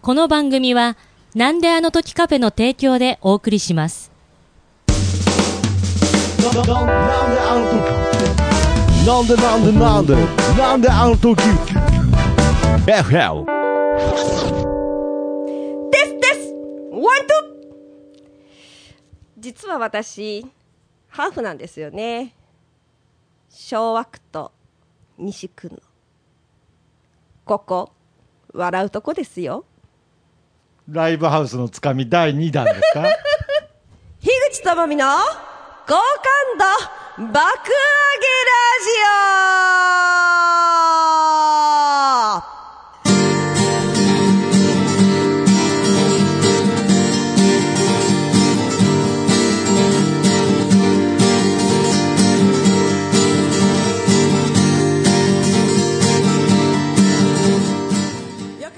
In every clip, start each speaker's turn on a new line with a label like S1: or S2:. S1: この番組は、なんであの時カフェの提供でお送りします。
S2: なんであの時なんでなんでなんでなんであの時 FL
S3: ですですワント実は私、ハーフなんですよね。昭和区と西区の。ここ、笑うとこですよ。
S2: ライブハウスのつかみ第2弾ですか
S3: 樋口智美の好感度爆上げラジオ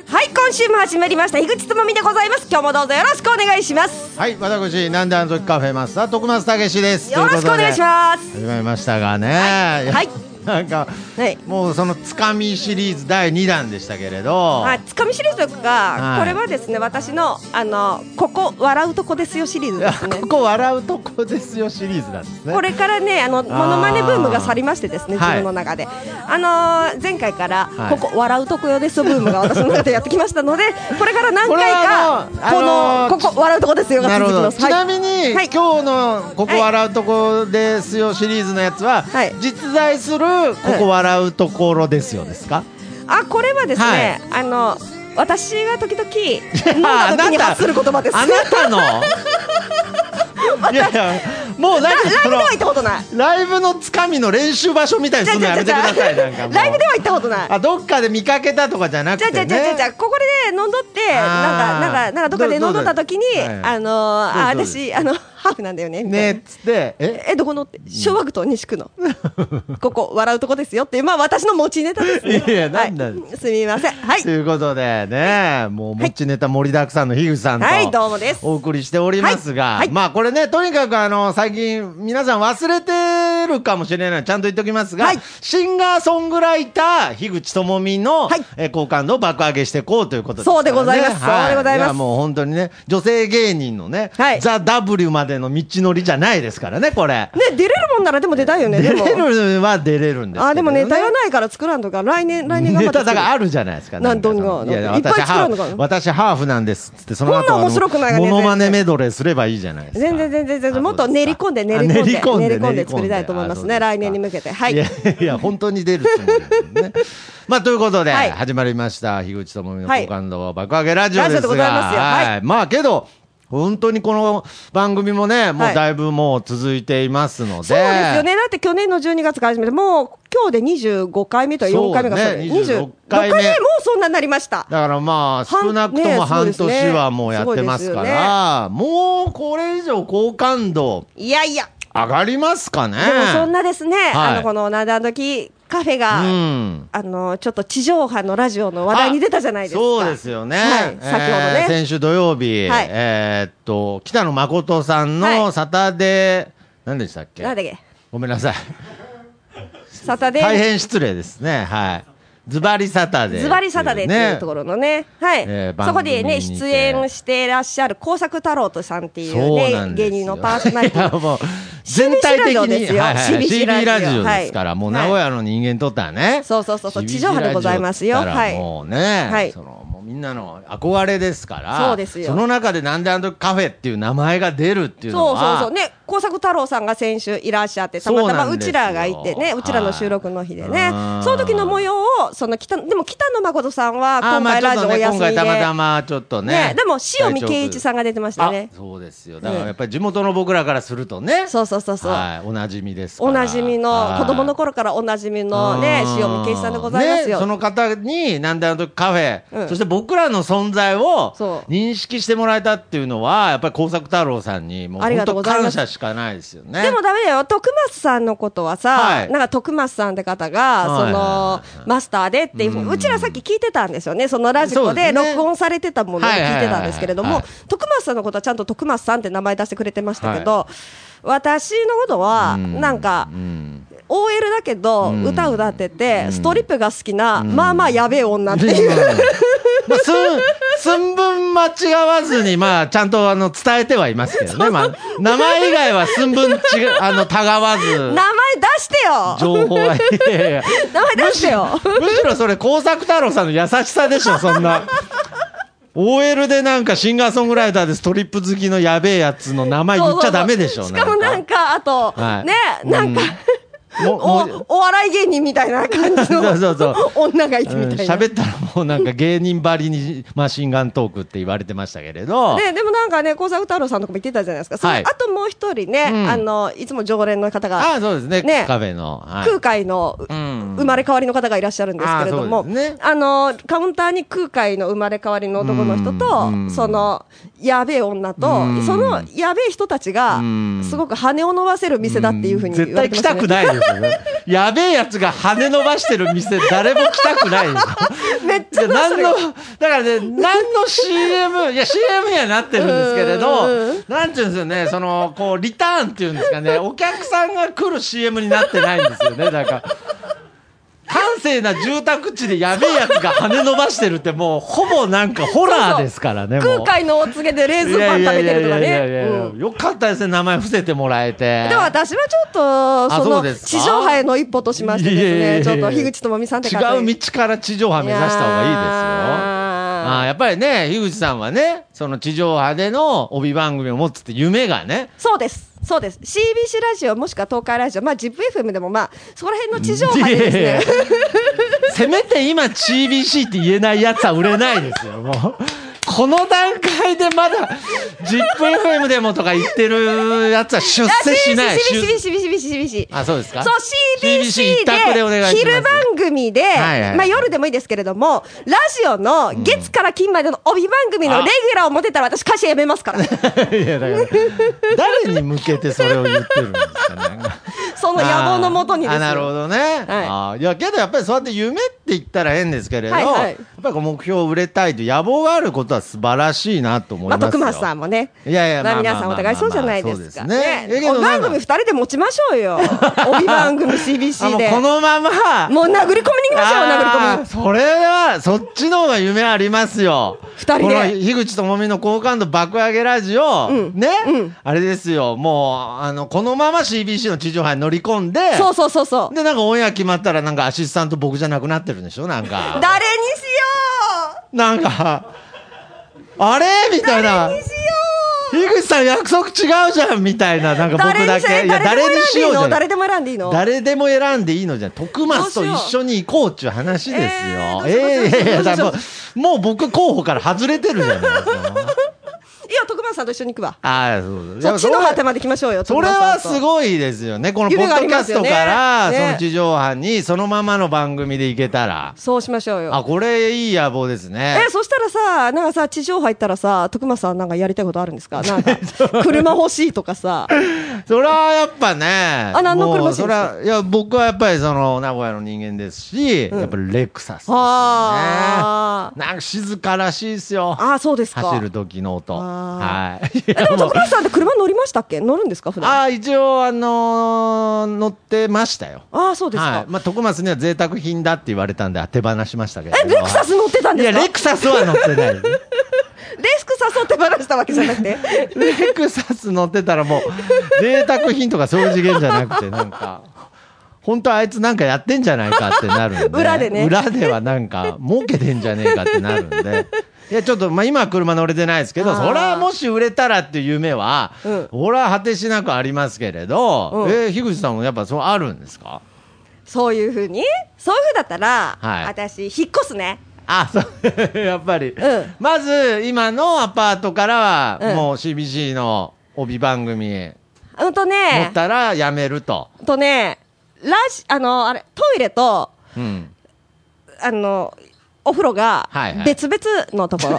S3: はい、今週も始まりました。樋口智美でございます。今日もどうぞよろしくお願いします。
S4: はい、私、なんであの時カフェマスター、徳松たけしです。
S3: よろしくお願いします
S4: ということで始まりましたがね。
S3: はいはい
S4: なんか、
S3: はい
S4: もうそのつかみシリーズ第2弾でしたけれど、
S3: はい、つかみシリーズとか、
S4: はい
S3: これはですね、私の、あの、ここ笑うとこですよシリーズですね
S4: こ。こ笑うとこですよシリーズなんですね。
S3: これからね、あの、モノマネブームが去りましてですね、自
S4: はい
S3: 分の中で。あのー前回から、
S4: はい
S3: ここ笑うとこよですよブームが私の中でやってきました ので、これから何回か、
S4: これ
S3: こ
S4: はあのあのー
S3: の、ここ笑うとこですよ
S4: な
S3: が
S4: る
S3: 続き
S4: ほど、
S3: ます。
S4: ちなみに、
S3: はい
S4: 今日の「ここ笑うとこですよ」シリーズのやつは、
S3: はい
S4: 実在する「ここ笑うところですよ」ですか、
S3: あ、これはですね、あの、私が時々、飲んだ時に発する言葉です。
S4: あな たのいやいやもうなんか
S3: ライ
S4: そ
S3: ブでは
S4: の
S3: 行ったことない。
S4: ライブのつかみの練習場所 みたいにするのやめてくださいなんかもう
S3: ライブでは行ったことない。
S4: あどっかで見かけたとかじゃなく
S3: じゃあ
S4: て
S3: じゃあ
S4: ね
S3: じゃあじゃあじゃあここで飲んどって
S4: あ
S3: なんか
S4: ー
S3: なんかなんかどっかで飲んどった時に
S4: どうぞどうぞ
S3: あのーあ
S4: どうぞどうぞ
S3: 私あのハーフなんだよねみた
S4: ね
S3: い
S4: っ
S3: な
S4: つってえ
S3: えどこのって昭和区と西区の ここ笑うとこですよっていうまあ私の持ちネタですね
S4: いや
S3: はい
S4: なんなん
S3: すみませんはい
S4: ということでね、もう持ちネタ盛りだくさんの樋口さんと、
S3: はいどうもです
S4: お送りしておりますが、
S3: はいはい
S4: まあこれね、とにかくあの、最近皆さん忘れてるかもしれない、ちゃんと言っておきますが、
S3: はい
S4: シンガーソングライター、樋口智美の、
S3: はい
S4: えー好感度を爆上げしていこうということですから、
S3: そう
S4: ね。
S3: でございますそうでございます
S4: やもう本当にね、女性芸人のね、
S3: はい
S4: ザ・ W までの道のりじゃないですからね、これ。
S3: ね出れるもんならでも出たいよね
S4: 出
S3: でも
S4: れるは出れるんですけど、ね。
S3: あでもネタがないから作らんとか来年来年頑張
S4: ネ
S3: って
S4: タ
S3: 作
S4: だ
S3: る
S4: からあるじゃないですか。
S3: なん
S4: かそ
S3: ど
S4: の
S3: んない
S4: や
S3: いっぱい作
S4: 私
S3: ら
S4: ハ
S3: んのかな
S4: ーフ、私ハーフなんですっつって、その後
S3: こんな
S4: あの
S3: 面白くないよね
S4: モノマネメドレーすればいいじゃないですか。
S3: 全然全然全然もっと練り込んで
S4: あ
S3: 練り込んで
S4: 練り込ん
S3: 練
S4: で
S3: り込んで作りたいと思いますね
S4: あそ
S3: 来
S4: うですか
S3: 年に向けてはい
S4: いやいや、本当に出るつもりなんでね。 まあ、ということで、
S3: はい
S4: 始まりました。樋口智美の
S3: はい
S4: 好感度爆上げラジオですが。
S3: ラジオでございますよはい
S4: はい。まあ、けど、本当にこの番組もね、もうだいぶもう続いていますので。
S3: そうですよね。だって去年の12月から始めて、もう今日で25回目と4回目が
S4: そう
S3: れ
S4: ね
S3: 26
S4: 26
S3: 回
S4: 回
S3: 目
S4: 目
S3: もうそんなになりました。
S4: だからまあ、
S3: 半
S4: 少なくと
S3: ね
S4: も半
S3: そうで
S4: 年
S3: すね
S4: はもうやってますから、もうこれ以上好感度
S3: いやいや、
S4: 上がりますかね。
S3: でもそんなですね、
S4: い
S3: あの、このなんであの時カフェが、
S4: うん
S3: あの、ちょっと地上波のラジオの話題に出たじゃないですか。
S4: そうですよね。
S3: はい、先ほど
S4: えー
S3: ね。
S4: 先週土曜日、
S3: はい
S4: えーっと、北野誠さん
S3: は
S4: の
S3: い
S4: サタデー、何でしたっけ
S3: なんだっけ
S4: ごめんなさい。
S3: サタデ
S4: 大
S3: ー、
S4: 変失礼ですね。はい。ズバリサタデー。
S3: ズバリサタデーっていうとこ
S4: ろ。
S3: ろのね、はい、
S4: えー
S3: そこでね、
S4: 番組にて
S3: 出演していらっしゃる工作太郎とさんっていう
S4: そう
S3: ね、
S4: なんで
S3: 芸
S4: すよ
S3: 人のパーソナリティ
S4: いや
S3: の
S4: もう 全体的
S3: CBC ラジオで
S4: に
S3: すよ
S4: はいはい
S3: CBC ラジオ
S4: CB ラジオですか
S3: はい
S4: らもう名古屋の人間にとったらね
S3: そうそうそうそう
S4: CBC
S3: 地上波でございますよ
S4: ラジオって言ったらもうね
S3: はい
S4: そのもうみんなの憧れですから
S3: そうですよ
S4: その中でなんであの時カフェっていう名前が出るっていうの
S3: そうそう
S4: は
S3: そうね工作太郎さんが先週いらっしゃってたまたま
S4: そうなん
S3: う
S4: ですよ
S3: ちらがいてねうちらの収録の日でね
S4: はい
S3: その時の模様をその北でも北野誠さんは
S4: あー
S3: 今
S4: ま
S3: 回
S4: あちょ
S3: ラ
S4: っ
S3: ジ
S4: と
S3: オお
S4: ね
S3: 休
S4: 今
S3: みで
S4: 回たまたまちょっとね
S3: ねでも塩見圭一
S4: ん
S3: さんが出てましたね
S4: そうですよだからやっぱり地元の僕らからするとね
S3: そうそうそうそう
S4: はいおなじみですから
S3: おなじみの
S4: はい
S3: 子供の頃からおなじみのね
S4: うん
S3: 塩見圭一さんでございます
S4: ねそ
S3: よ
S4: の方に、なんであの時カフェ、
S3: うん
S4: そして僕らの存在を
S3: そう
S4: 認識してもらえたっていうのは、やっぱり工作太郎さんに、もう
S3: ありが
S4: 本
S3: とうご
S4: 当
S3: ざいます
S4: 感謝しかないですよね。
S3: でもダメだよ徳松さんのことは
S4: は
S3: さ
S4: い
S3: なんか徳松さんって方がその
S4: はい
S3: マスターでっていうふうにうちらさっき聞いてたんですよねそのラジコで
S4: そうですね
S3: 録音されてたものを聞いてたんですけれど
S4: はい
S3: も
S4: はいはい
S3: 徳松さんのことはちゃんと徳松さんって名前出してくれてましたけど、私のことは、なんか、
S4: うん、
S3: OL だけど、歌歌ってて、ストリップが好きな、まあまあやべえ女って
S4: で
S3: いう。
S4: まあ、すん、寸分 間違わずに、まあ、ちゃんとあの伝えてはいますけどね、まあ、名前以外は寸分違うあのたがわ
S3: 名
S4: ず
S3: 前、出してよ
S4: 情報は、いやいや
S3: 名前出してよ
S4: むしろそれ工作太郎さんの優しさでしょそんな OL でなんかシンガーソングライターですトリップ好きのやべえやつの名前言っちゃダメでしょ
S3: しかもなんか、あと、
S4: はい
S3: ね、なんか、
S4: うんももう
S3: おお笑い芸人みたいな感じの
S4: そうそうそう
S3: 女がいて
S4: うん
S3: みたいな。
S4: 喋ったらもうなんか芸人ばりにマシンガントークって言われてましたけれど、
S3: ね、でもなんかね、幸作太郎さんとかも言ってたじゃないですか、その
S4: はい
S3: あともう一人ね、
S4: うん
S3: あのいつも常連の方が、
S4: ああそうですね
S3: ね
S4: カフェの、はい
S3: 空海の、う
S4: うん
S3: 生まれ変わりの方がいらっしゃるんですけれど
S4: あ
S3: も、
S4: そうですね
S3: あのカウンターに空海の生まれ変わりの男の人と、
S4: うん
S3: そのやべえ女と、
S4: うん
S3: そのやべえ人たちが、
S4: うん
S3: すごく羽を伸ばせる店だっていうふうに言
S4: 絶
S3: われ
S4: 対
S3: てまし
S4: 来
S3: た
S4: た
S3: ね。
S4: くないですよねやべえやつが羽伸ばしてる店誰も来たくないでし ょ
S3: めっち
S4: で
S3: ゃ
S4: 何の、だからね、何の CM、いや、CM にはなってるんですけれど
S3: うんうん、
S4: なんていうんですよね、その、こう、リターンっていうんですかね、お客さんが来る CM になってないんですよね、だから。閑静な住宅地でやべえやつが羽伸ばしてるってもうほぼなんかホラーですからね
S3: 空
S4: もう
S3: 海のお告げでレーズンパン食べてるとか
S4: いやいやいやい
S3: ね
S4: やいや。
S3: うん
S4: よかったですね名前伏せてもらえて
S3: でも私はちょっと、そ
S4: そう
S3: の、
S4: ですか
S3: 地上波への一歩としまして
S4: いやいやいや
S3: で
S4: い
S3: す
S4: や
S3: ね、ちょっと樋口智美さんって方
S4: 違う道から地上波目指した方がいいですよあー
S3: い
S4: やっぱりね、樋口さんはね、その地上波での帯番組を持つって夢がね、
S3: そうです。そうです。CBC ラジオもしくは東海ラジオ、まあ ZIPFM でもまあ、そこら辺の地上波でです
S4: いやいや
S3: ね、
S4: せめて今 CBC って言えないやつは売れないですよ、もう。この段階でまだ、ZIPFM でもとか言ってるやつは出世しない。出
S3: CBC、CBC、CBC、CBC。
S4: あ、そうですか
S3: そう、
S4: CBC 一
S3: CBC
S4: 択でお願いし
S3: で、昼
S4: ます
S3: 番組で、
S4: いはい
S3: まあ夜でもいいですけれども、ラジオの月から金までの帯番組のレギュラーを持てたら私会社辞めますから。
S4: いや、だから、誰に向けてそれを言ってるんですかね。
S3: その野望のもとにです
S4: あー
S3: よ。
S4: なるほどね、あーいやけどやっぱりそうやって夢って言ったら変ですけれど、
S3: はいはい
S4: やっぱりこう目標を売れたいと野望があることは素晴らしいなと思い
S3: まあ、
S4: ますよ、
S3: 徳松さんもね。
S4: いやいや
S3: まあ、
S4: まあまあ
S3: 皆さんお互いそうじゃないで
S4: まあ
S3: すか。
S4: まあそうですね
S3: ね
S4: えけど
S3: 番組二人で持ちましょう よ。帯番組 CBC で
S4: あ。もうこのまま
S3: もう殴り込みに行きましょう、殴
S4: あ
S3: り込み
S4: ー。それはそっちの方が夢ありますよ
S3: 二人で
S4: この樋口智美の好感度爆上げラジオ、
S3: ん
S4: ね、
S3: うん
S4: あれですよもうあのこのまま CBC の地上波に乗り込んで
S3: そうそうそうそう。
S4: でなんかオンエア決まったらなんかアシスタント僕じゃなくなってるんでしょなんか
S3: 誰にしよう
S4: なんか、あれみたいな。
S3: 誰にしよ
S4: 樋口さん約束違うじゃんみたいな、なん
S3: う
S4: か
S3: 誰
S4: 僕だ
S3: にしよ
S4: け。
S3: う
S4: いや、誰にしようじゃ
S3: 誰
S4: ん。
S3: でも選んでいいの誰でも選んでいいの
S4: 誰でも選んでいいのじゃん。徳松と一緒に行こうっちゅう話ですよ。
S3: えーどうしよう
S4: えーいやいや
S3: どうしよう
S4: だからもう、もう僕候補から外れてるじゃないで すか。
S3: いや、徳松さんと一緒に行くわ。
S4: ああ、そう
S3: そっちの果て
S4: ま
S3: まで行きましょうよ、
S4: それはす
S3: い。
S4: ごいですよね。このポ
S3: 夢が
S4: ッ
S3: あ
S4: ド
S3: り
S4: キャ
S3: ま
S4: ス
S3: す
S4: ト
S3: よね
S4: から、
S3: ね
S4: その地上波にそのままの番組で行けたら。
S3: そうしましょうよ。
S4: あ、これいい野望ですね。
S3: え、そしたらさ、なんかさ、地上波行ったらさ、徳松さんなんかやりたいことあるんです かなんか、車欲しいとかさ。
S4: それはやっぱね、あ
S3: 何の車好きですか
S4: それはいや僕はやっぱりその名古屋の人間ですし、
S3: ん
S4: やっぱりレクサスですよね。
S3: あー
S4: なんか静からしいですよ。
S3: ああ、そうですか。
S4: 走る時の音。
S3: あ
S4: はい。い
S3: え
S4: や
S3: でも
S4: もう
S3: 徳松さんって車乗りましたっけ乗るんですか普段あ
S4: あー一応あのー乗ってましたよ。
S3: あー、そうですか。
S4: はい。まあ徳松には贅沢品だって言われたんで手放しましたけど。
S3: え、レクサス乗ってたん
S4: い
S3: です
S4: や
S3: か
S4: レクサスは乗ってない。
S3: レクサスを手放したわけじゃなくて。
S4: レクサス乗ってたらもう、贅沢品とかそういう次元じゃなくて、なんか、本当はあいつなんかやってんじゃないかってなるんで。
S3: 裏でね
S4: 裏ではなんか、儲けてんじゃねえかってなる んで。いや、ちょっと、まあ、今は車乗れてないですけど、
S3: あー
S4: それはもし売れたらっていう夢は、
S3: うん
S4: 俺は果てしなくありますけれど、
S3: うん
S4: えー樋口さんもやっぱそうあるんですか
S3: そういうふうにそういうふうだったら、
S4: はい
S3: 私、引っ越すね。
S4: あ、そう、 やっぱり。
S3: ん
S4: まず、今のアパートからは、
S3: うん
S4: もう CBC の帯番組、
S3: うんと
S4: 持っ
S3: ね、
S4: たらやめると。
S3: うんとね、ラジ、あの、あれ、トイレと、
S4: うん。
S3: あの、お風呂が
S4: はいはい
S3: 別々のとこ ろ。あ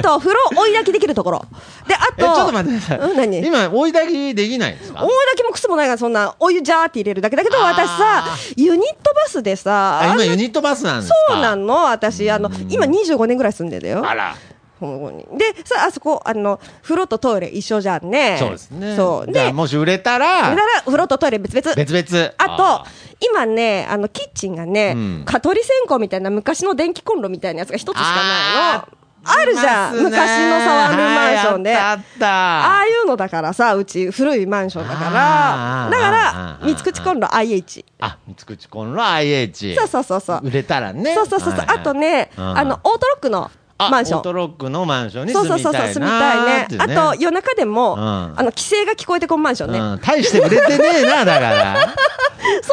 S3: と、風呂追い焚きできるところ。で、あと、
S4: え、ちょっと待ってください。
S3: うん、何
S4: 今、追い焚きできないんです
S3: 大
S4: か
S3: だけもくすもないが、そんな、お湯ジャーって入れるだけだけど、
S4: あー
S3: 私さ、ユニットバスでさ、
S4: あ、
S3: あん
S4: 今
S3: な
S4: ユニットバスなんですか
S3: そうなの、私、あの、今25年ぐらい住んでたよ。
S4: あら。
S3: ここにで、さ、あそこ、あの、風呂とトイレ一緒じゃんね。
S4: そうですね。
S3: そう。
S4: じゃ
S3: で、
S4: あもし売れた、
S3: だからら、風呂とトイレ別々。
S4: 別々。
S3: あと、今ね、あの、キッチンがね、
S4: うん
S3: 蚊取り線香みたいな昔の電気コンロみたいなやつが一つしかないの。
S4: あー
S3: あるじゃん、
S4: いますね
S3: 昔のサワーヌーンマンションで、
S4: はいあった
S3: あ
S4: あっ
S3: あいうのだからさ、うち古いマンションだから
S4: あ、ー
S3: だから
S4: あ、ー
S3: 三口コンロ IH。
S4: たあ三つ口コンロ IH
S3: そうそうそうそう。
S4: 売れたらね
S3: そうそうそうそう。
S4: はいはい
S3: あとね、
S4: うん
S3: あの、オートロックの
S4: あ
S3: マンショ
S4: オート
S3: ン。
S4: ロックのマンションに
S3: そう
S4: 住
S3: そう
S4: み
S3: そうそう、
S4: たい
S3: 住み
S4: な
S3: た
S4: ー
S3: い
S4: って
S3: ね
S4: い。
S3: あ
S4: うね
S3: と、夜中でも、
S4: うん
S3: あの、規制が聞こえてこんマンションね。
S4: うん、大して売れてねえなだから
S3: そういう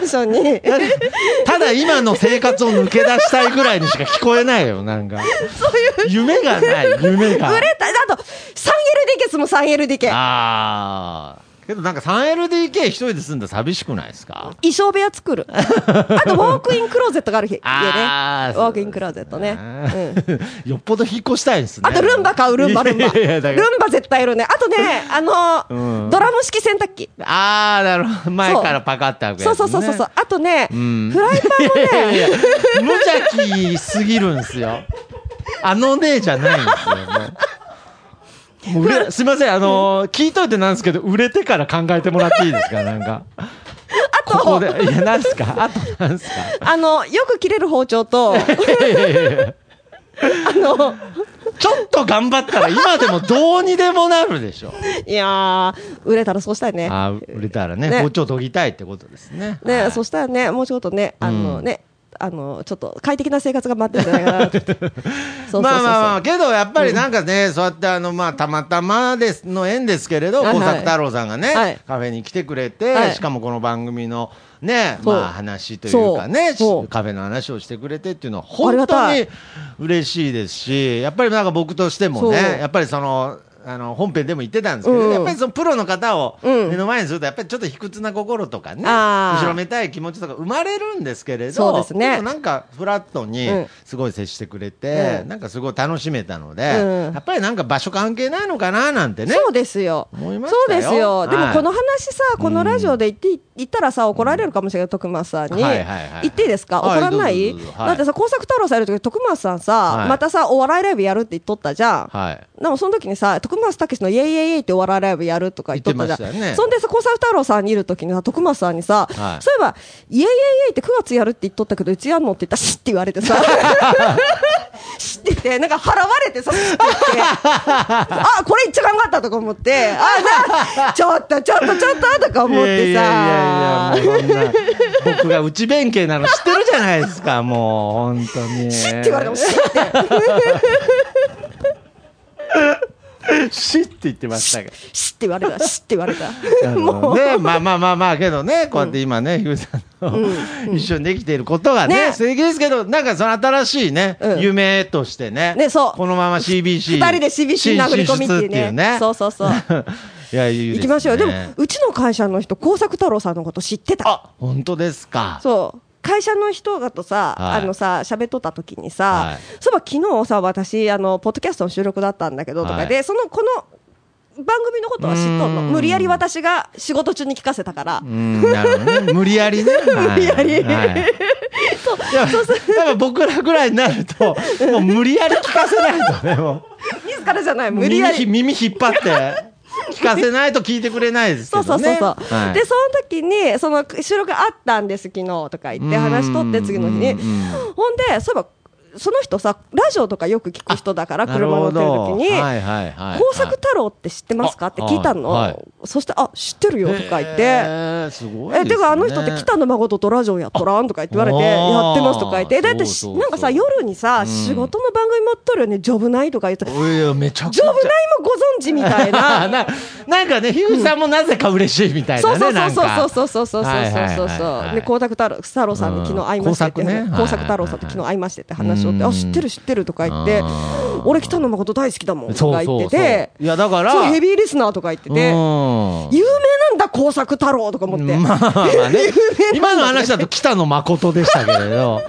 S3: マンションに、
S4: ただ今の生活を抜け出したいぐらいにしか聞こえないよなんかそういう夢がない 夢が
S3: 売れた、あと、3LDK も 3LDK。
S4: ああけどなんか 3LDK 一人で住んだら寂しくないですか
S3: 衣装部屋作る。 あと、ウォークインクローゼットがある日家ね。ウ
S4: あ
S3: ォ
S4: ーそう
S3: ークインクローゼットね。うん
S4: よっぽど引っ越したいんですね
S3: あとルンバ買う、ルンバ、ルンバ。
S4: いやいやだ
S3: ル
S4: か
S3: ン
S4: ら
S3: バ絶対いるね。あ とね、あのー
S4: うん
S3: ドラム式洗濯機。
S4: ああなるほど前からパカッて開くやつ、
S3: そう
S4: ね、
S3: そうそうそう。あとね、
S4: ん
S3: フライパンもね、
S4: いやいやいや無邪気すぎるんですよあのねじゃないんですよねもう売れすいませんあのー聞いといてなんですけど売れてから考えてもらっていいですかなんか
S3: あと、
S4: ここでいやなんですかあとなんですか
S3: あの、よく切れる包丁と、あの、
S4: ちょっと頑張ったら今でもどうにでもなるでしょ
S3: いやー、売れたらそうしたいね。
S4: あー売れたらね
S3: ね
S4: 包丁研ぎたいってことですねは
S3: ね、
S4: い
S3: そしたらね、もうちょっとね、あのね、あの、ちょっと快適な生活が待ってるんじゃないかな って。そうそうそうそう。
S4: まあまあまあけどやっぱりなんかね、そうやってあのまあたまたまですの縁ですけれど
S3: はいはい
S4: 小作太郎さんがね、
S3: はい
S4: カフェに来てくれて、
S3: はい
S4: しかもこの番組のね
S3: そう
S4: まあ話というかね
S3: そうそう
S4: カフェの話をしてくれてっていうのは
S3: あり
S4: 本
S3: がた
S4: 当
S3: い
S4: に嬉しいですしやっぱりなんか僕としてもね
S3: そう
S4: やっぱりその。あの本編でも言ってたんですけど、
S3: うん
S4: やっぱりそのプロの方を
S3: うん
S4: 目の前にするとやっぱりちょっと卑屈な心とかね
S3: あー
S4: 後ろめたい気持ちとか生まれるんですけれど
S3: そうですね
S4: けどなんかフラットに
S3: うん
S4: すごい接してくれて、
S3: うん
S4: なんかすごい楽しめたので、
S3: うん
S4: やっぱりなんか場所関係ないのかななんてね。
S3: そうですよ。
S4: 思いまし
S3: そう
S4: たよ
S3: ですよ。でも
S4: はい
S3: この話さ、このラジオで言ってい、言ったらさ、怒られるかもしれない、徳松さんに。
S4: はいはいはい
S3: 言っていいですか怒
S4: はい
S3: らない
S4: どうぞどうぞはい
S3: だってさ、工作太郎さんいる時、徳松さん
S4: は
S3: さ、
S4: い
S3: またさ、お笑いライブやるって言っとったじゃん。
S4: はい。
S3: でもその時にさ、徳松たけしのイエイイエイイエイってお笑いライブやるとか言っとったじ
S4: 言
S3: ゃ
S4: っ
S3: ん。
S4: てましたよね
S3: そんでさ、工作太郎さんにいる時にさ、徳松さんにさ、
S4: はい
S3: そういえば、イエイイエイイエイって9月やるって言っとったけど、うちやんのって言ったら、しって言われ てさ、知ってて、なんか払われてさ、知ってて、あ、これ一番頑張ったとか思って、あ、な、ちょっとちょっとちょっととか思っ
S4: い
S3: てさ
S4: やいや、いやいやもうそんな僕が内弁慶なの知ってるじゃないで すか、もう、本当に。知っ
S3: って言われても、 知って、
S4: 知って言ってましたけど。
S3: 知って言われた、知って言われた。
S4: もうね、まあまあまあまあけどね、こうやって今ね、ひぐさんと一緒にできていることが
S3: ね
S4: ね、素敵ですけど、なんかその新しいね
S3: う、ん
S4: 夢としてね、
S3: ねそう
S4: このまま CBC、
S3: 二人で CBC 殴り込みっていうね
S4: 進出
S3: そうそうそう
S4: いや、いいですね
S3: 行きましょうよ。でも、うちの会社の人、工作太郎さんのこと知ってた。
S4: あ、本当ですか。
S3: そう。会社の人だとさ、
S4: はい
S3: あのさ、喋っとった時にさ、
S4: はい
S3: そういえば昨日さ、私、あの、ポッドキャストの収録だったんだけど、とかで、
S4: は
S3: その、この、番組のことは知っとんの。
S4: うーん
S3: 無理やり私が仕事中に聞かせたから。
S4: うん、なるほど ね。無理やりね。無
S3: 理やり
S4: そう、やっぱやっぱ僕らぐらいになる と、もう無理やり聞かせないとね、も。
S3: 自らじゃないう無理やり
S4: 耳耳引っ張って。聞かせないと聞いてくれないですけ
S3: そ
S4: ど
S3: う
S4: ね。
S3: そうそうそう、
S4: はい
S3: でその時にその収録あったんです昨日とか言って話しとって
S4: うん
S3: 次の日に
S4: うんうん
S3: ほんでそういえばその人さラジオとかよく聞く人だから車乗ってる時に
S4: なるほどはいはいはいはい
S3: 工作太郎って知ってますか?」って聞いたの、
S4: はいはい
S3: そして「あ知ってるよ」とか言って。
S4: へーすごいです
S3: え
S4: ね
S3: てかあの人って北野誠とラジオやっとらんとか言って言われて
S4: あ
S3: やってますとか言ってだってし
S4: そうそうそう
S3: なんかさ夜にさ、
S4: ん
S3: 仕事の番組持っとるよねジョブナイとか言ってジョ
S4: いやめちゃく
S3: ブ
S4: ちゃ
S3: ナイもご存知みたいな
S4: ななんかね、樋口さんもなぜか嬉しいみたい
S3: そう
S4: な
S3: そ
S4: ね、
S3: う
S4: なん
S3: そう
S4: か。
S3: そうそうそうそうそうそうそうそうで光沢太郎太郎さんに昨日会いましてって
S4: うん工作ね
S3: 工作太郎さんと昨日会いましてって話をって「
S4: うん
S3: あ知ってる知ってる」とか言って「
S4: あー
S3: 俺北野誠大好きだもん」とか言ってて
S4: いや、だから、
S3: そうヘビーリスナーとか言ってて
S4: うん
S3: 有名なんだ工作太郎とか思って
S4: まあまあね
S3: 有名なんだね
S4: 今の話だと北野誠でしたけ れど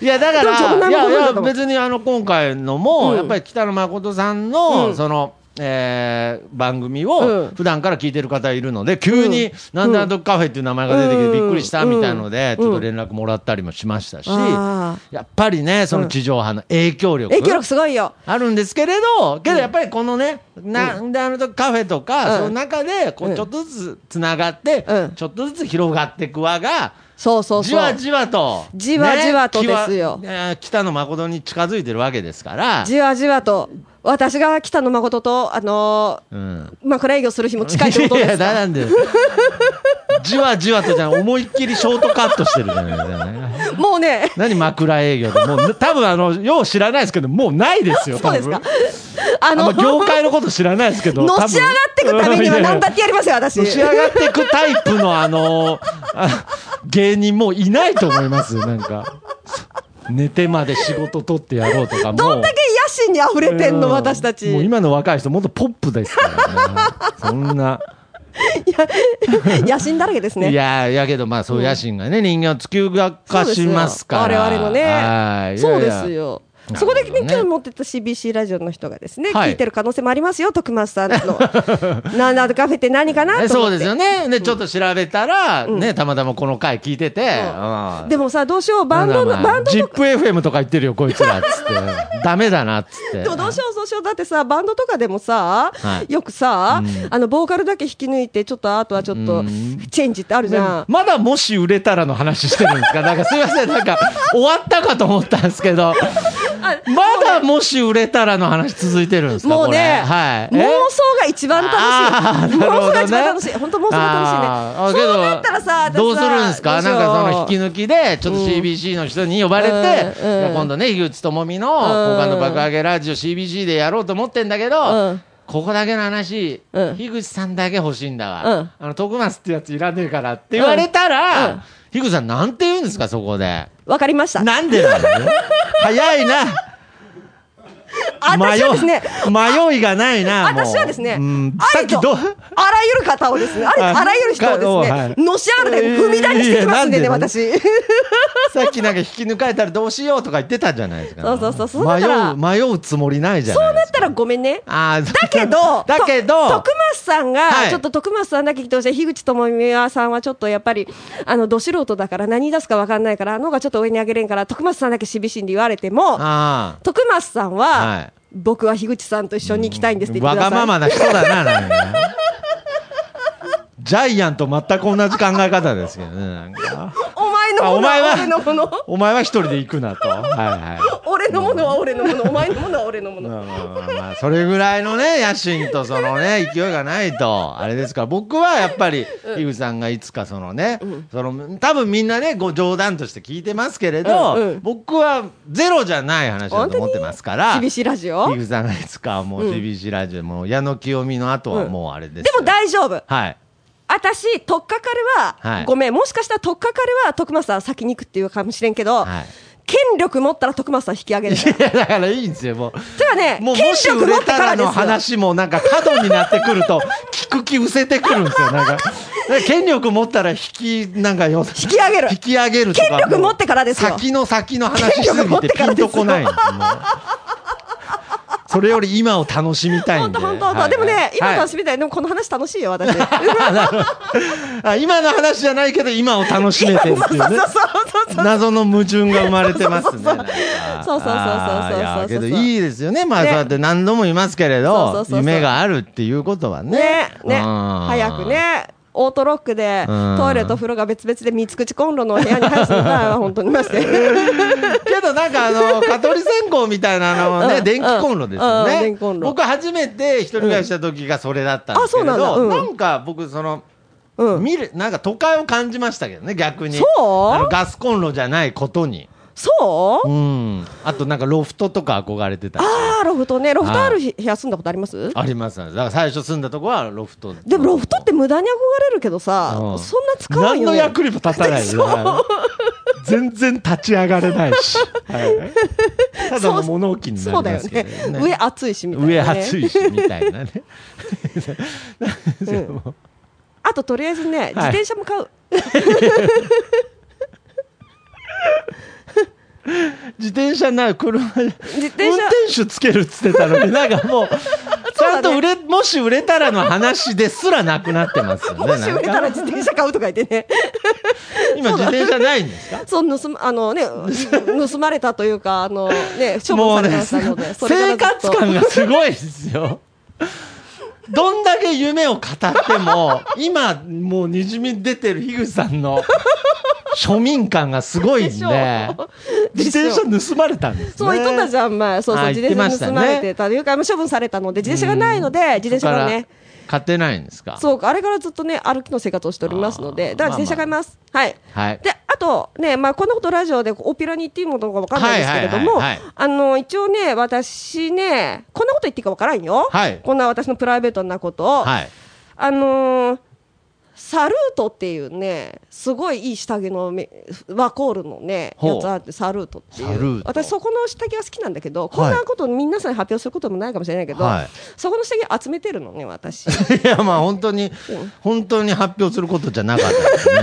S4: いやだか
S3: でもそんな
S4: ら
S3: い
S4: やい
S3: ことだと
S4: や
S3: 思う
S4: 別にあの今回のも、やっぱり北野誠さんの、
S3: うん
S4: そのえー番組
S3: うん
S4: を普段から聞いてる方いるので、急に「なんであのカフェ」っていう名前が出てきてびっくりしたみたいので、
S3: うん
S4: ちょっと連絡もらったりもしましたし、
S3: あ
S4: やっぱりねその地上波の影響力
S3: 影響力すごいよ。
S4: あるんですけれどけどやっぱりこのね、なんであの時カフェとか、
S3: うん
S4: その中でこ
S3: う
S4: うんちょっとずつつながって、
S3: うん
S4: ちょっとずつ広がっていく輪が
S3: そうそうそう。
S4: じわじわと
S3: じわじわと
S4: ね
S3: ですよ
S4: きわえー北野誠に近づいてるわけですから。
S3: じわじわと。私が北野誠と、あの
S4: うん
S3: ー、枕営業する日も近いってことで
S4: い
S3: す
S4: やいや
S3: か
S4: な んでじわじわとじゃない思いっきりショートカットしてるじゃないですかね。
S3: もうね、
S4: 何枕営業でもう多分あのよう知らないですけどもうないですよ
S3: そ
S4: 多
S3: う
S4: 分
S3: ですか。あ
S4: あ
S3: の、
S4: の業界のこと知らないですけど
S3: のし上がってくためには何だってやりますよ、 私。
S4: のし上がってくタイプのあのあ芸人もういないと思いますよなんか寝てまで仕事取ってやろうとかもう
S3: どんだけ野心に溢れてんの、
S4: うん
S3: 私たち。
S4: もう今の若い人もっとポップですからねそんな、
S3: 野心だらけです ね。
S4: いやーやけどまあそういう野心がね、人間を突き動
S3: そう
S4: か
S3: です
S4: し
S3: よ
S4: ますから
S3: 我々の
S4: は
S3: ね。
S4: い
S3: そうで
S4: いや
S3: す
S4: いや
S3: よ。
S4: なる
S3: そ
S4: ほ
S3: こ
S4: どね
S3: で、ね、今日持ってた CBC ラジオの人がですね、
S4: はい
S3: 聞いてる可能性もありますよ、徳松さんの。 なんだカフェって何かな
S4: え
S3: と
S4: そ
S3: 思
S4: う
S3: って
S4: ですよねでちょっと調べたら、ねたまたまこの回聞いてて、うん
S3: でもさ、どうしよう、バンドの、
S4: なんだお
S3: バ
S4: 前
S3: ンド
S4: ジッ
S3: とか、
S4: プ FM とか言ってるよこいつらっつってダメだなっつって
S3: でもどうしよう、どうしよう、だってさ、バンドとかでもさ、
S4: はい
S3: よくさ、あの、ボーカルだけ引き抜いて、ちょっと、あとはちょっと、チェンジってあるじゃん。
S4: まだもし売れたらの話してるんですか なんかすいませんなんか終わったかと思ったんですけどまだもし売れたらの話続いてるんですか
S3: もう
S4: これ
S3: ね、
S4: はい
S3: 妄想
S4: え
S3: が一番
S4: あ
S3: 楽しい。
S4: ーなる
S3: 妄想
S4: ほどね
S3: が一番楽しい。本当妄想が
S4: あーあ
S3: 楽しいね。
S4: けど
S3: そうなったらさ、私さ
S4: どうするんですか
S3: どうしよう
S4: な
S3: ん
S4: かその引き抜きでちょっと CBC の人に呼ばれて、
S3: うんうん
S4: いや今度ね樋口智美の「好感度爆上げラジオ CBC」でやろうと思ってんだけど、
S3: うん
S4: ここだけの話、
S3: うん
S4: 樋口さんだけ欲しいんだわ、
S3: うん
S4: あの徳松ってやついらねえからって言われたら、
S3: うんうん
S4: 樋口さんなんて言うんですかそこで
S3: わかりました。
S4: なんでなの早いな
S3: 私はですね、
S4: 迷い迷いがないなもう
S3: 私はですね
S4: うん、
S3: あ
S4: さっ
S3: り
S4: き
S3: と
S4: どう
S3: あらゆる方をですね、ありと
S4: あ
S3: あらゆる人をです
S4: かはい
S3: ね、のし上がるで踏み台にしてきますんで
S4: い
S3: ね、
S4: やいやなんで
S3: 私。
S4: さっきなんか引き抜かれたらどうしようとか言ってたじゃないですか。
S3: そうそうそうそうだから
S4: 迷う迷うつもりないじゃない
S3: そう
S4: で
S3: なっ
S4: すか。
S3: たらごめんね。
S4: あー
S3: だけど
S4: 、だけど
S3: と徳松さんが、
S4: はい
S3: ちょっと徳松さんだけ聞いてほしい、樋口智美さんはちょっとやっぱり、あの、ど素人だから、何出すか分かんないから、あの方がちょっと上に上げれんから、徳松さんだけ厳しいんで言われても、
S4: あ
S3: 徳松さんは、
S4: はい
S3: 僕は樋口さんと一緒に行きたいんですって
S4: ー
S3: 言っ
S4: わ
S3: てくだ
S4: が
S3: さい。
S4: ままな人だななんか ね。ジャイアンと全く同じ考え方ですけどね。な んか
S3: お前の
S4: あ
S3: も
S4: お
S3: の
S4: 前
S3: は俺のもの。
S4: はお前は一人で行くなと。はいは
S3: 俺のものは俺のもの。お前のものは俺のも
S4: い。ま
S3: の。
S4: あまあまあまあそれぐらいの ね野心とそのね勢いがないとあれですから僕はやっぱり井口さんがいつかそのね、その多分みんなねご冗談として聞いてますけれど、
S3: うんうん
S4: 僕はゼロじゃない話だと思ってますから
S3: 厳しいラジオ。
S4: 井
S3: で
S4: 口さんがいつかはもう CBC ラジオ、もう矢野清美の後はもうあれですよ、
S3: も大丈夫。
S4: はい
S3: 私、とっかかるは、
S4: はい
S3: ごめん、もしかしたらとっかかるは徳松さん先に行くっていうかもしれんけど、
S4: はい
S3: 権力持ったら徳松さん引き上げる。
S4: いやだからいいんですよもう
S3: てかね、
S4: も う
S3: 権
S4: もし
S3: 力
S4: 売
S3: 持
S4: れ
S3: って
S4: た
S3: かららです
S4: の
S3: よ。
S4: 話もなんか角になってくると 聞く気失せてくるんですよなん かなんか権力持ったら引きなんかよ
S3: 引き上げる
S4: 引き上げるとか
S3: 権力持ってからですよ
S4: 先の先の話し
S3: 権
S4: す
S3: 力持って
S4: ぎ
S3: て
S4: ピ
S3: から
S4: ン
S3: ですよ
S4: とこないんですもうそれより今を楽しみたいん
S3: 本
S4: で
S3: 当本当本当。でもね、今楽し
S4: み
S3: みたい。でもこの話楽しいよ、私。そう
S4: 今の話じゃないけど今を楽しめてっていうね
S3: そうそう。
S4: 謎の矛盾が生まれてますね。なんか
S3: そうそうそうそうそうそう
S4: あーいやけどいいですよね。まあ
S3: ね
S4: そうやって何度も言いますけ
S3: そう
S4: れ
S3: そ
S4: ど
S3: う、そうそう
S4: 夢があるっていうことはね。
S3: ね、ね、
S4: うん
S3: 早く。ね。オートロックで、
S4: うん
S3: トイレと風呂が別々で三つ口コンロの部屋に入るのは本当にマジで。
S4: けどなんかあの、蚊取り線香みたいなあの
S3: う
S4: ね、
S3: ん
S4: 電気コンロですよ
S3: うんうん
S4: ね
S3: 電気コン。ロ
S4: 僕初めて一人暮らしした時がそれだったんですけれ
S3: あそうな
S4: ど、
S3: んだ
S4: な
S3: うん
S4: んか僕その、
S3: うん。
S4: 見る、なんか都会を感じましたけどね、逆に。
S3: そう
S4: あのガスコンロじゃないことに。
S3: そう
S4: うん。あとなんかロフトとか憧れてたり
S3: ああ、ロフトね。ロフトある日部屋住んだことあります
S4: ありますねだから最初住んだとこはロフト。
S3: でもロフトって無駄に憧れるけどさ、
S4: うん
S3: そんな使わん
S4: 何
S3: よ
S4: の
S3: ね。
S4: 役にも立たないよね。全然立ち上がれないし。はいただの物置にな
S3: そう
S4: り
S3: だ
S4: ま
S3: よ
S4: すけ
S3: ね
S4: ど。
S3: 上暑いしみたいな、ね。
S4: 上暑いし、みたいなね。
S3: あととりあえずね、自転車も買う。
S4: 自転車な、車、運
S3: 自転車
S4: 転手つけるっつってたのに、なんかもう、
S3: そう
S4: ゃんと売れ、もし売れたらの話ですらなくなってますよね。
S3: もし売れたら
S4: なん
S3: 自
S4: か
S3: 転車買うとか言ってね。
S4: 今自転車ないんですか
S3: そう、盗む、あの ね、盗まれたというか、あのね、処
S4: も
S3: 分さ
S4: う
S3: れ
S4: ね、
S3: ましたので、それ
S4: 生
S3: からず
S4: 活
S3: っと
S4: 感がすごいですよ。 どんだけ夢を語っても、今もうにじみ出てる樋口さんの庶民感がすごいん
S3: でし
S4: で
S3: ょう、
S4: 自転車盗まれたんですね。
S3: そう、言っとったじゃん、前。そうそう、
S4: あ
S3: 自転
S4: 言ってまし
S3: 車
S4: たね
S3: 盗まれてたというか、まあ処分されたので、自転車がないので、自転車がね
S4: だ、から買ってないんですか
S3: そうか、あれからずっとね、歩きの生活をしておりますの
S4: あ
S3: で、
S4: ー
S3: だから自転車買います。はい。
S4: はい。
S3: で、あとね、まあ、こんなことラジオでオペラに言っていいものかわかんないですけれども、
S4: はいはいはいはい
S3: あの、一応ね、私ね、こんなこと言っていいかわからんよ。
S4: はい
S3: こんな私のプライベートなことを。
S4: はい。
S3: あのーサルートっていうね、すごいいい下着のめワコールのね、
S4: ほう
S3: やつあって、サルートって
S4: サル
S3: い
S4: ー
S3: う。
S4: ト
S3: 私、そこの下着が好きなんだけど、こんなこと皆さんに発表することもないかもしれないけど、
S4: はい
S3: そこの下着集めてるのね、 私。
S4: いや、まあ本当に、本当に発表することじゃなかったですね。は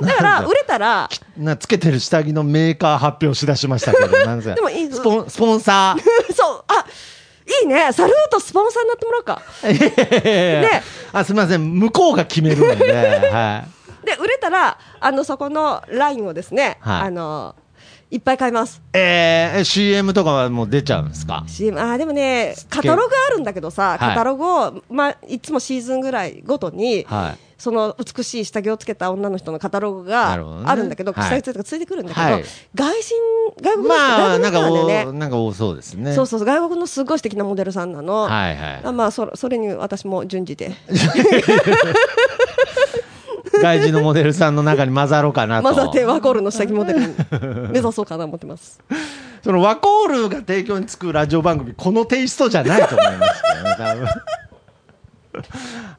S3: だから、売れたら、
S4: いなつけてる下着のメーカー発表しだしましたけど、なんせ
S3: でもいい
S4: スポンスポンサ
S3: そう、あいいね、サルートスポンサーになってもらおうか。
S4: ー。
S3: で
S4: あ、すみません。向こうが決めるんで、 は
S3: で、売れたら、あの、そこのラインをですね、
S4: はい
S3: あの、いっぱい買います。
S4: い。えー、CM とかはもう出ちゃうんですか
S3: CM あーでもね、カタログあるんだけどさ、カタログを、まあ、いつもシーズンぐらいごとに、
S4: はい
S3: その美しい下着をつけた女の人のカタログ
S4: なるほどね
S3: があるんだけど、
S4: はい
S3: 下着ついてついてくるんだけど、
S4: はい
S3: 外人、外国の人、
S4: ま
S3: 外国
S4: あ、な
S3: の
S4: ん
S3: 人な
S4: か
S3: んだよ
S4: お、
S3: ね。
S4: なんか多そうですね。
S3: そうそうそう、外国のすごい素敵なモデルさんなの。
S4: はいはい
S3: あまあそ、それに私も順次で。
S4: 外人のモデルさんの中に混ざろうかなと。
S3: 混ざってワコールの下着モデルに 目指そうかな思ってます。
S4: そのワコールが提供につくラジオ番組、このテイストじゃないと思いますけどね、多分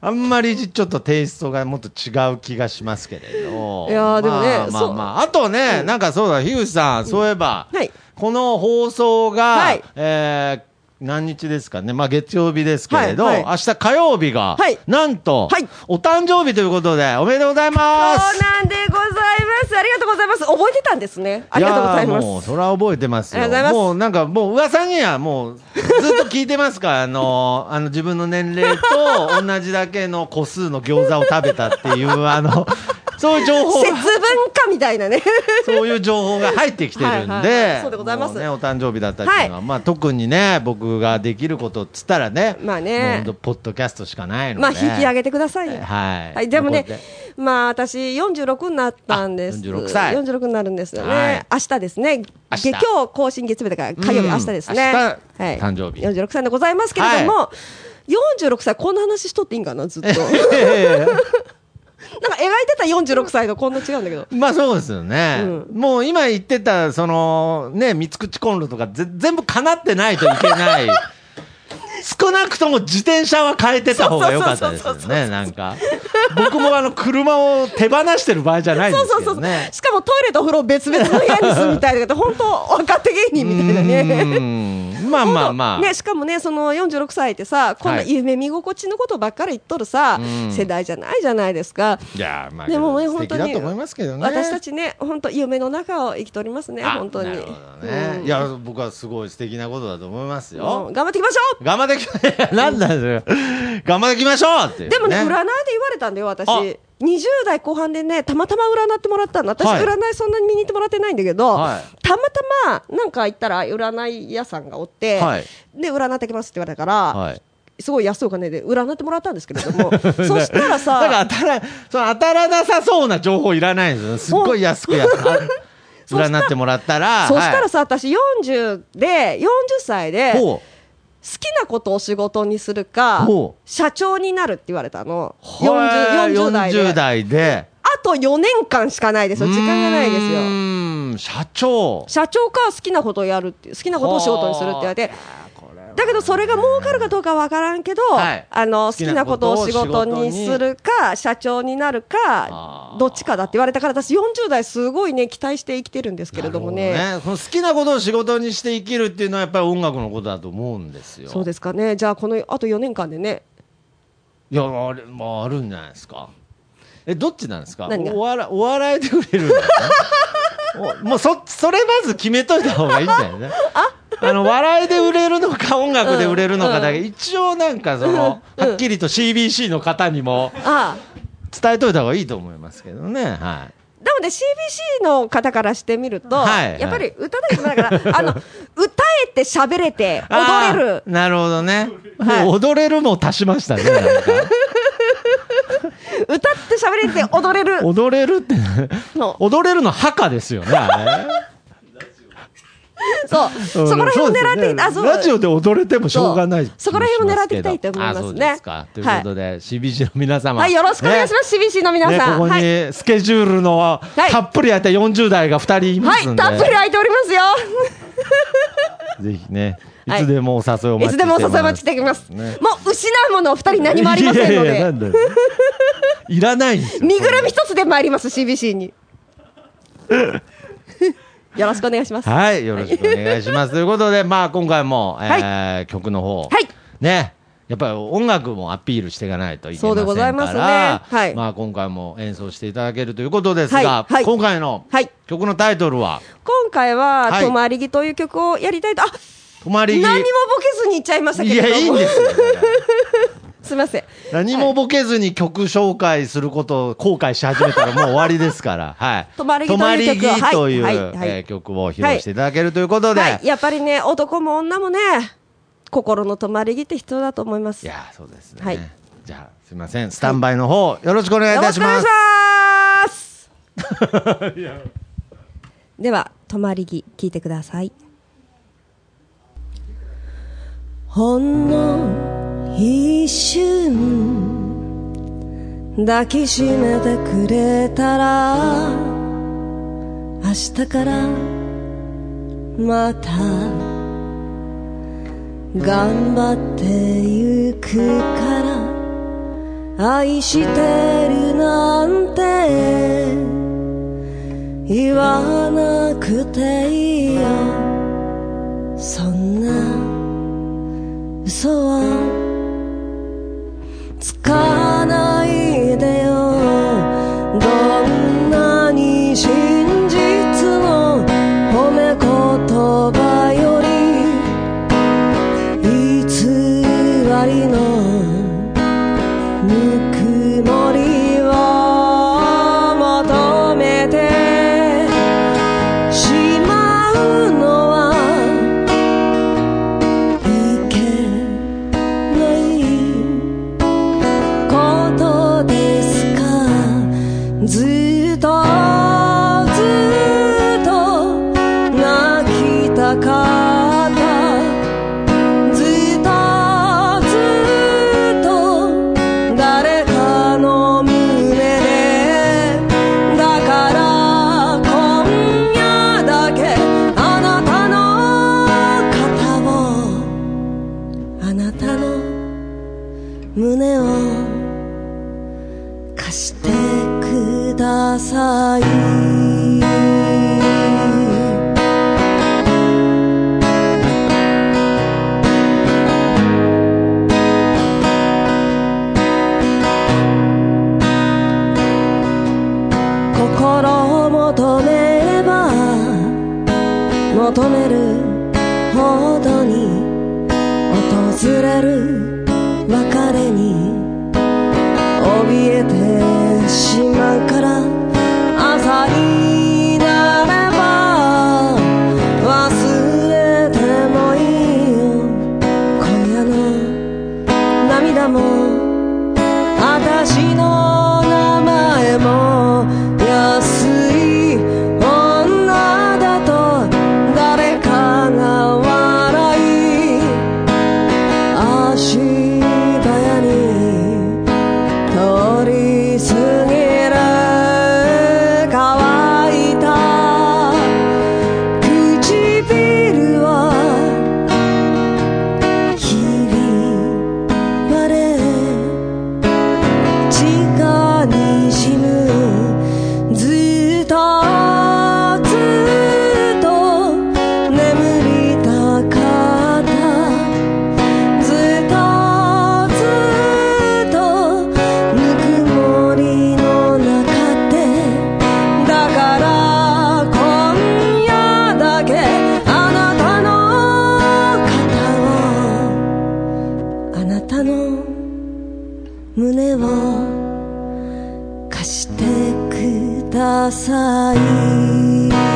S4: あんまりちょっとテイストがもっと違う気がしますけれど。
S3: いやーでもね
S4: まあま
S3: そ
S4: あ
S3: う
S4: まあ。あとね、なんかそうだ、樋口さん、そういえば、
S3: はい
S4: この放送が、
S3: はい
S4: えー何日ですかね、まあ、月曜日ですけれど、
S3: はいは
S4: 明日火曜日が、
S3: はい
S4: なんと、
S3: はい
S4: お誕生日ということで、おめでとうござい
S3: そう
S4: ます
S3: なんでございます。ありがとうございます。覚えてたんですね。ありがとうございま
S4: やーもう
S3: す。
S4: それは覚えてますよ
S3: ありがとうございます
S4: もうなんかもう噂にはもうずっと聞いてますからあのーあの自分の年齢 と同じだけの個数の餃子を食べたっていうあのそういう情報
S3: 節
S4: が
S3: 分かみたいなね。
S4: そういう情報が入ってきてるんで、
S3: はいはいはいそうでございます
S4: もうね、お誕生日だったっていうのは、まあ特にね僕ができることっつったらね、
S3: まあね
S4: もうほんとポッドキャストしかないので、
S3: まあ、引き上げてくださいよ。
S4: はい
S3: でもね
S4: というこ、
S3: まあ、私、46になったんです。
S4: あ46歳
S3: 46になるんですよね。
S4: は
S3: 明
S4: い
S3: 日ですね。
S4: 明
S3: 月
S4: 日
S3: 今日更新月曜日だから、火曜日、
S4: うん
S3: 明日ですね。
S4: 明日
S3: はい。
S4: 誕生日
S3: 46歳でございますけれども、46歳、こんな話しとっていいんかな、 ずっと。なんか描い
S4: で
S3: てた46歳とこんな違うんだけど。
S4: まあそうですよね。もう今言ってた、その、ね、三つ口コンロとかぜ全部叶ってないとい けない。少なくとも自転車は変えてた方が良かったですよね、なんか。僕もあの、車を手放してる場合じゃないで
S3: そう
S4: す
S3: そう
S4: け
S3: そ
S4: ど
S3: う。
S4: ね。
S3: しかもトイレとお風呂別々の部屋に住むみたいな方、本当若手芸人みたいなね。
S4: うんまあまあま あ。
S3: ね、しかもね、その46歳ってさ、こんな
S4: はい
S3: 夢見心地のことばっかり言っとるさ、
S4: うん
S3: 世代じゃないじゃないですか。
S4: いや、まあ、
S3: でもね、
S4: 素
S3: 本当
S4: 敵だ
S3: に、
S4: と思いますけどね。
S3: 私たちね、本当、夢の中を生きておりますね、
S4: あ
S3: 本当に。
S4: なるほどね。
S3: うん
S4: いや、僕はすごい素敵なことだと思います
S3: う
S4: よ
S3: ん。頑張っていきましょ
S4: 頑張ってき、なんだよ。頑張ってきましょうっていうう。
S3: でもね、占いで言われたんだよ、私。
S4: あ
S3: 20代後半でね、たまたま占ってもらったの。私、
S4: はい
S3: 占いそんなに見に行ってもらってないんだけど、
S4: はい
S3: たまたま、なんか行ったら、占い屋さんがおって、
S4: はい
S3: で、占ってきますって言われたから、
S4: はい。
S3: すごい安いお金で占ってもらったんですけれど も、そしたらさ、
S4: だから当たら、その当たらなさそうな情報いらないんですよ。すっごい安く安く。あ
S3: そうした
S4: 占ってもらったら。
S3: そしたら
S4: はい
S3: さ、私40で、40歳で、好
S4: ほう。
S3: きなことを仕事にするか
S4: ほ、
S3: 社長になるって言われたの。
S4: はい
S3: 40, 40代で。
S4: 40代で。
S3: あと4年間しかないですよ。時間がないです
S4: う
S3: よ。
S4: ーん、社長。
S3: 社長か好きなことをやるっていう、好きなことを仕事にするって言われて、だけどそれが儲かるかどうかわからんけど、
S4: はい
S3: あの、好きなことを仕事にするか、社長になる
S4: あ
S3: か
S4: ー、
S3: どっちかだって言われたから、私40代すごいね、期待して生きてるんですけれども
S4: な
S3: ね。
S4: るほどその好きなことを仕事にして生きるっていうのはやっぱり音楽のことだと思うんですよ。
S3: そうですかね。じゃあ、この、あと4年間でね、
S4: いや、あれ、まあ、あるんじゃないですか。え、どっちなんですか。
S3: 何が
S4: お笑い、お笑い で売れるんですか。おもう、そ、それまず決めといた方がいいんだよね。 あの笑いで売れるのか音楽で売れるのかだけ、一応なんかその、はっきりと CBC の方にも
S3: ああ
S4: 伝えといた方がいいと思いますけどねはい
S3: なので CBC の方からしてみると、
S4: はい
S3: やっぱり歌だけだ から、あの、歌えて喋れて
S4: あ
S3: 踊れる
S4: ー。なるほどね、
S3: はい
S4: もう踊れるも足しましたねなんか
S3: 歌って喋れて踊れる
S4: 踊れるって
S3: の。
S4: 踊れるの墓ですよねあれ
S3: そう。そこら辺を狙ってい
S4: そうですよね
S3: きあ、そう。
S4: ラジオで踊れてもしょうがない
S3: そうそこら辺を狙っていきたいと思いますね
S4: あそうですかということで、CBC の皆様
S3: はい、よろしくお願いします。CBC の皆
S4: ね
S3: さん。
S4: ここ
S3: はい。
S4: にスケジュールの、
S3: い
S4: たっぷりやった40代が2人いま
S3: は
S4: すん
S3: い、
S4: で、
S3: たっぷり空いておりますよ。
S4: ぜひねい
S3: はい
S4: つでもお誘いを
S3: いつでもお誘い待ちしていきます。もう失うものお二人何もありませんの
S4: いやいやいやな
S3: で。
S4: んだよいらないんですよ
S3: 身ぐる み一つで参ります CBC に。よろしくお願いします。
S4: はい、よろしくお願いします。ということで、まあ、今回も、えー曲の方、
S3: はい
S4: ね、やっぱり音楽もアピールしていかないといけません
S3: そ
S4: から、
S3: うでございますねはい
S4: まあ、今回も演奏していただけるということですが、
S3: はいはい
S4: 今回の
S3: はい
S4: 曲のタイトルは、
S3: 今回は
S4: は
S3: 「
S4: い
S3: とまりぎ」という曲をやりたいと、あ
S4: 泊まり木
S3: 何もボケずにいっちゃいましたけ
S4: い
S3: れど
S4: や、
S3: も
S4: いいんですよ。
S3: すみません
S4: 何もボケずに曲紹介することを後悔し始めたらもう終わりですから、はい。
S3: 泊まり木という曲は
S4: 泊まり木という、
S3: はいはいはい
S4: えー曲を披露していただけるということで、
S3: はいやっぱりね男も女もね心のとまりぎって必要だと思います
S4: い
S3: よ
S4: やーそうですね、
S3: はい
S4: じゃあすみませんスタンバイの方、よろしくお願いい
S3: ろ
S4: た
S3: し
S4: し
S3: くお願
S4: ま
S3: い
S4: す
S3: します では「とまりぎ」聞いてくださいほんの一瞬抱きしめてくれたら明日からまた頑張ってゆくから愛してるなんて言わなくていいよそんな嘘はつかないでよどんなに真実の褒め言葉より偽りのぬくもりを求めてしまうのはいけないことですかずっとずっと泣きたかったずっとずっと誰かの胸でだから今夜だけあなたの肩をあなたの胸を貸してください心を求めれば求めるほどに訪れる別れに怯えてしまうから朝になれば忘れてもいいよ今夜の涙も私の名前も安い女だと誰かが笑い明日胸を貸してください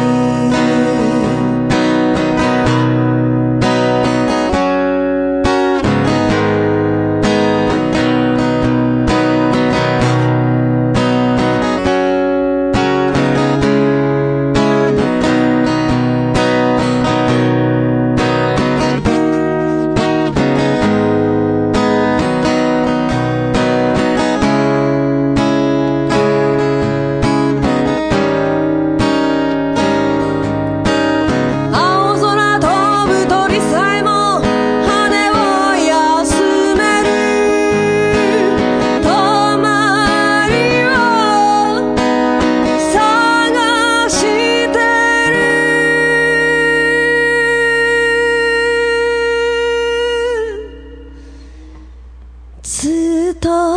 S3: 青空飛ぶ鳥さえも羽を休める泊まりを探してるずっと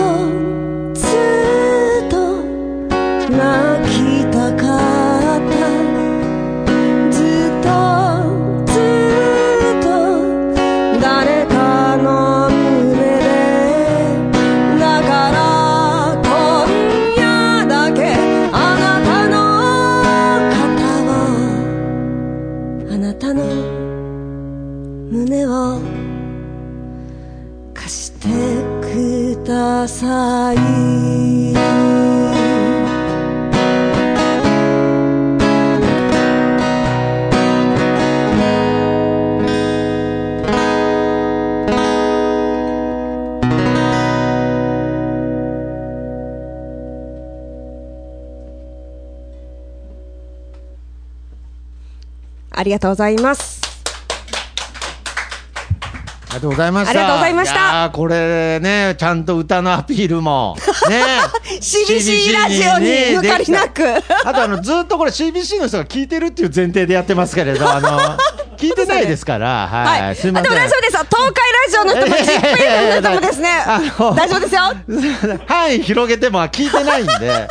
S3: ずっと泣きたかったずっとずっと誰かの胸でだから今夜だけあなたの肩をあなたの胸を貸してください
S5: ありがとうございます。
S4: ありがとうございました。
S5: ありがとうございました
S4: やーこれね、ちゃんと歌のアピー ルも。ね。
S5: CBC ラジオに抜かりなく
S4: できたあとあの、ずっとこれ CBC の人が聞いてるっていう前提でやってますけれど、あ の、聞いてないですから、はい。
S5: はい。
S4: すいません。
S5: あでも大丈夫です。東海ラジオの人も、
S4: いやいやいや
S5: GPF の人もですね
S4: あの。
S5: 大丈夫ですよ。
S4: 範囲広げても聞いてないん で。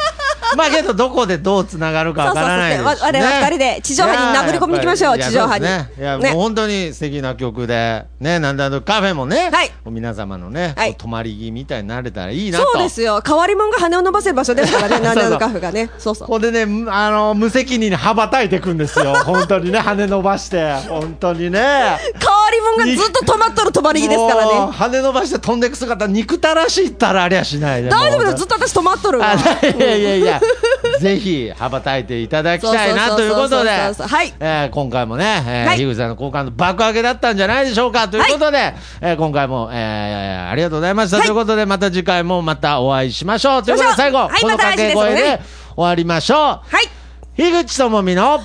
S4: まあけど、どこでどうつながるかわからないですし、ね。
S5: そうそうそうわ我々二人で地上波に
S4: いやー
S5: 殴り込みに行きましょう
S4: やっぱり
S5: 地上波に
S4: いやそうですねいや、
S5: ね
S4: もう本当に素敵な曲で、ね、なんだとカフェもね、
S5: はい
S4: 皆様のね、
S5: はい
S4: お泊まり気みたいになれたらいいなと。
S5: そうですよ。変わり者が羽を伸ばせる場所ですからね、ナンダ
S4: そうそ
S5: の
S4: う
S5: カフがね。そうそう。
S4: ここでね、むあの、無責任に羽ばたいていくんです よ。本当にね、羽伸ばして。本当にね。
S5: 変わり者がずっと止まっとる止まり木ですから
S4: もう
S5: ね。
S4: 羽伸ばして飛んでく姿、憎たらしいったらありゃしないで。
S5: 大丈夫です。
S4: も
S5: ず
S4: う
S5: っと私止まっとるわ。
S4: あいやいやいや、 ぜひ羽ばたいていただきたいな
S5: そう
S4: と
S5: そう
S4: いう
S5: そうそ
S4: こ
S5: うそ
S4: と
S5: う
S4: で、
S5: はい
S4: えー今回もね、えー
S5: はい
S4: 樋口さんの好感度爆上げだったんじゃないでしょうかということで、えー今回も、えーありがとうございました、
S5: はい
S4: ということで、また次回もまたお会いしましょうということで、
S5: しましょ
S4: 最
S5: う
S4: 後、
S5: はい
S4: この
S5: また
S4: 掛
S5: 来週で
S4: け
S5: すよね
S4: 声で終わりましょう。
S5: はい。
S4: 樋口智美の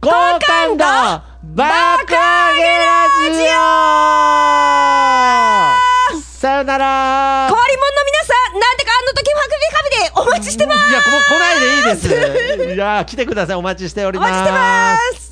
S4: 好感度爆上げラジオさよなら
S5: 変わり者の皆さん、なんてかあの時もハクビカビでお待ちしてます。
S4: いや、もう来ないでいいです。いや、来てください。お待ちしており
S5: お
S4: ます。
S5: 待ちしてます。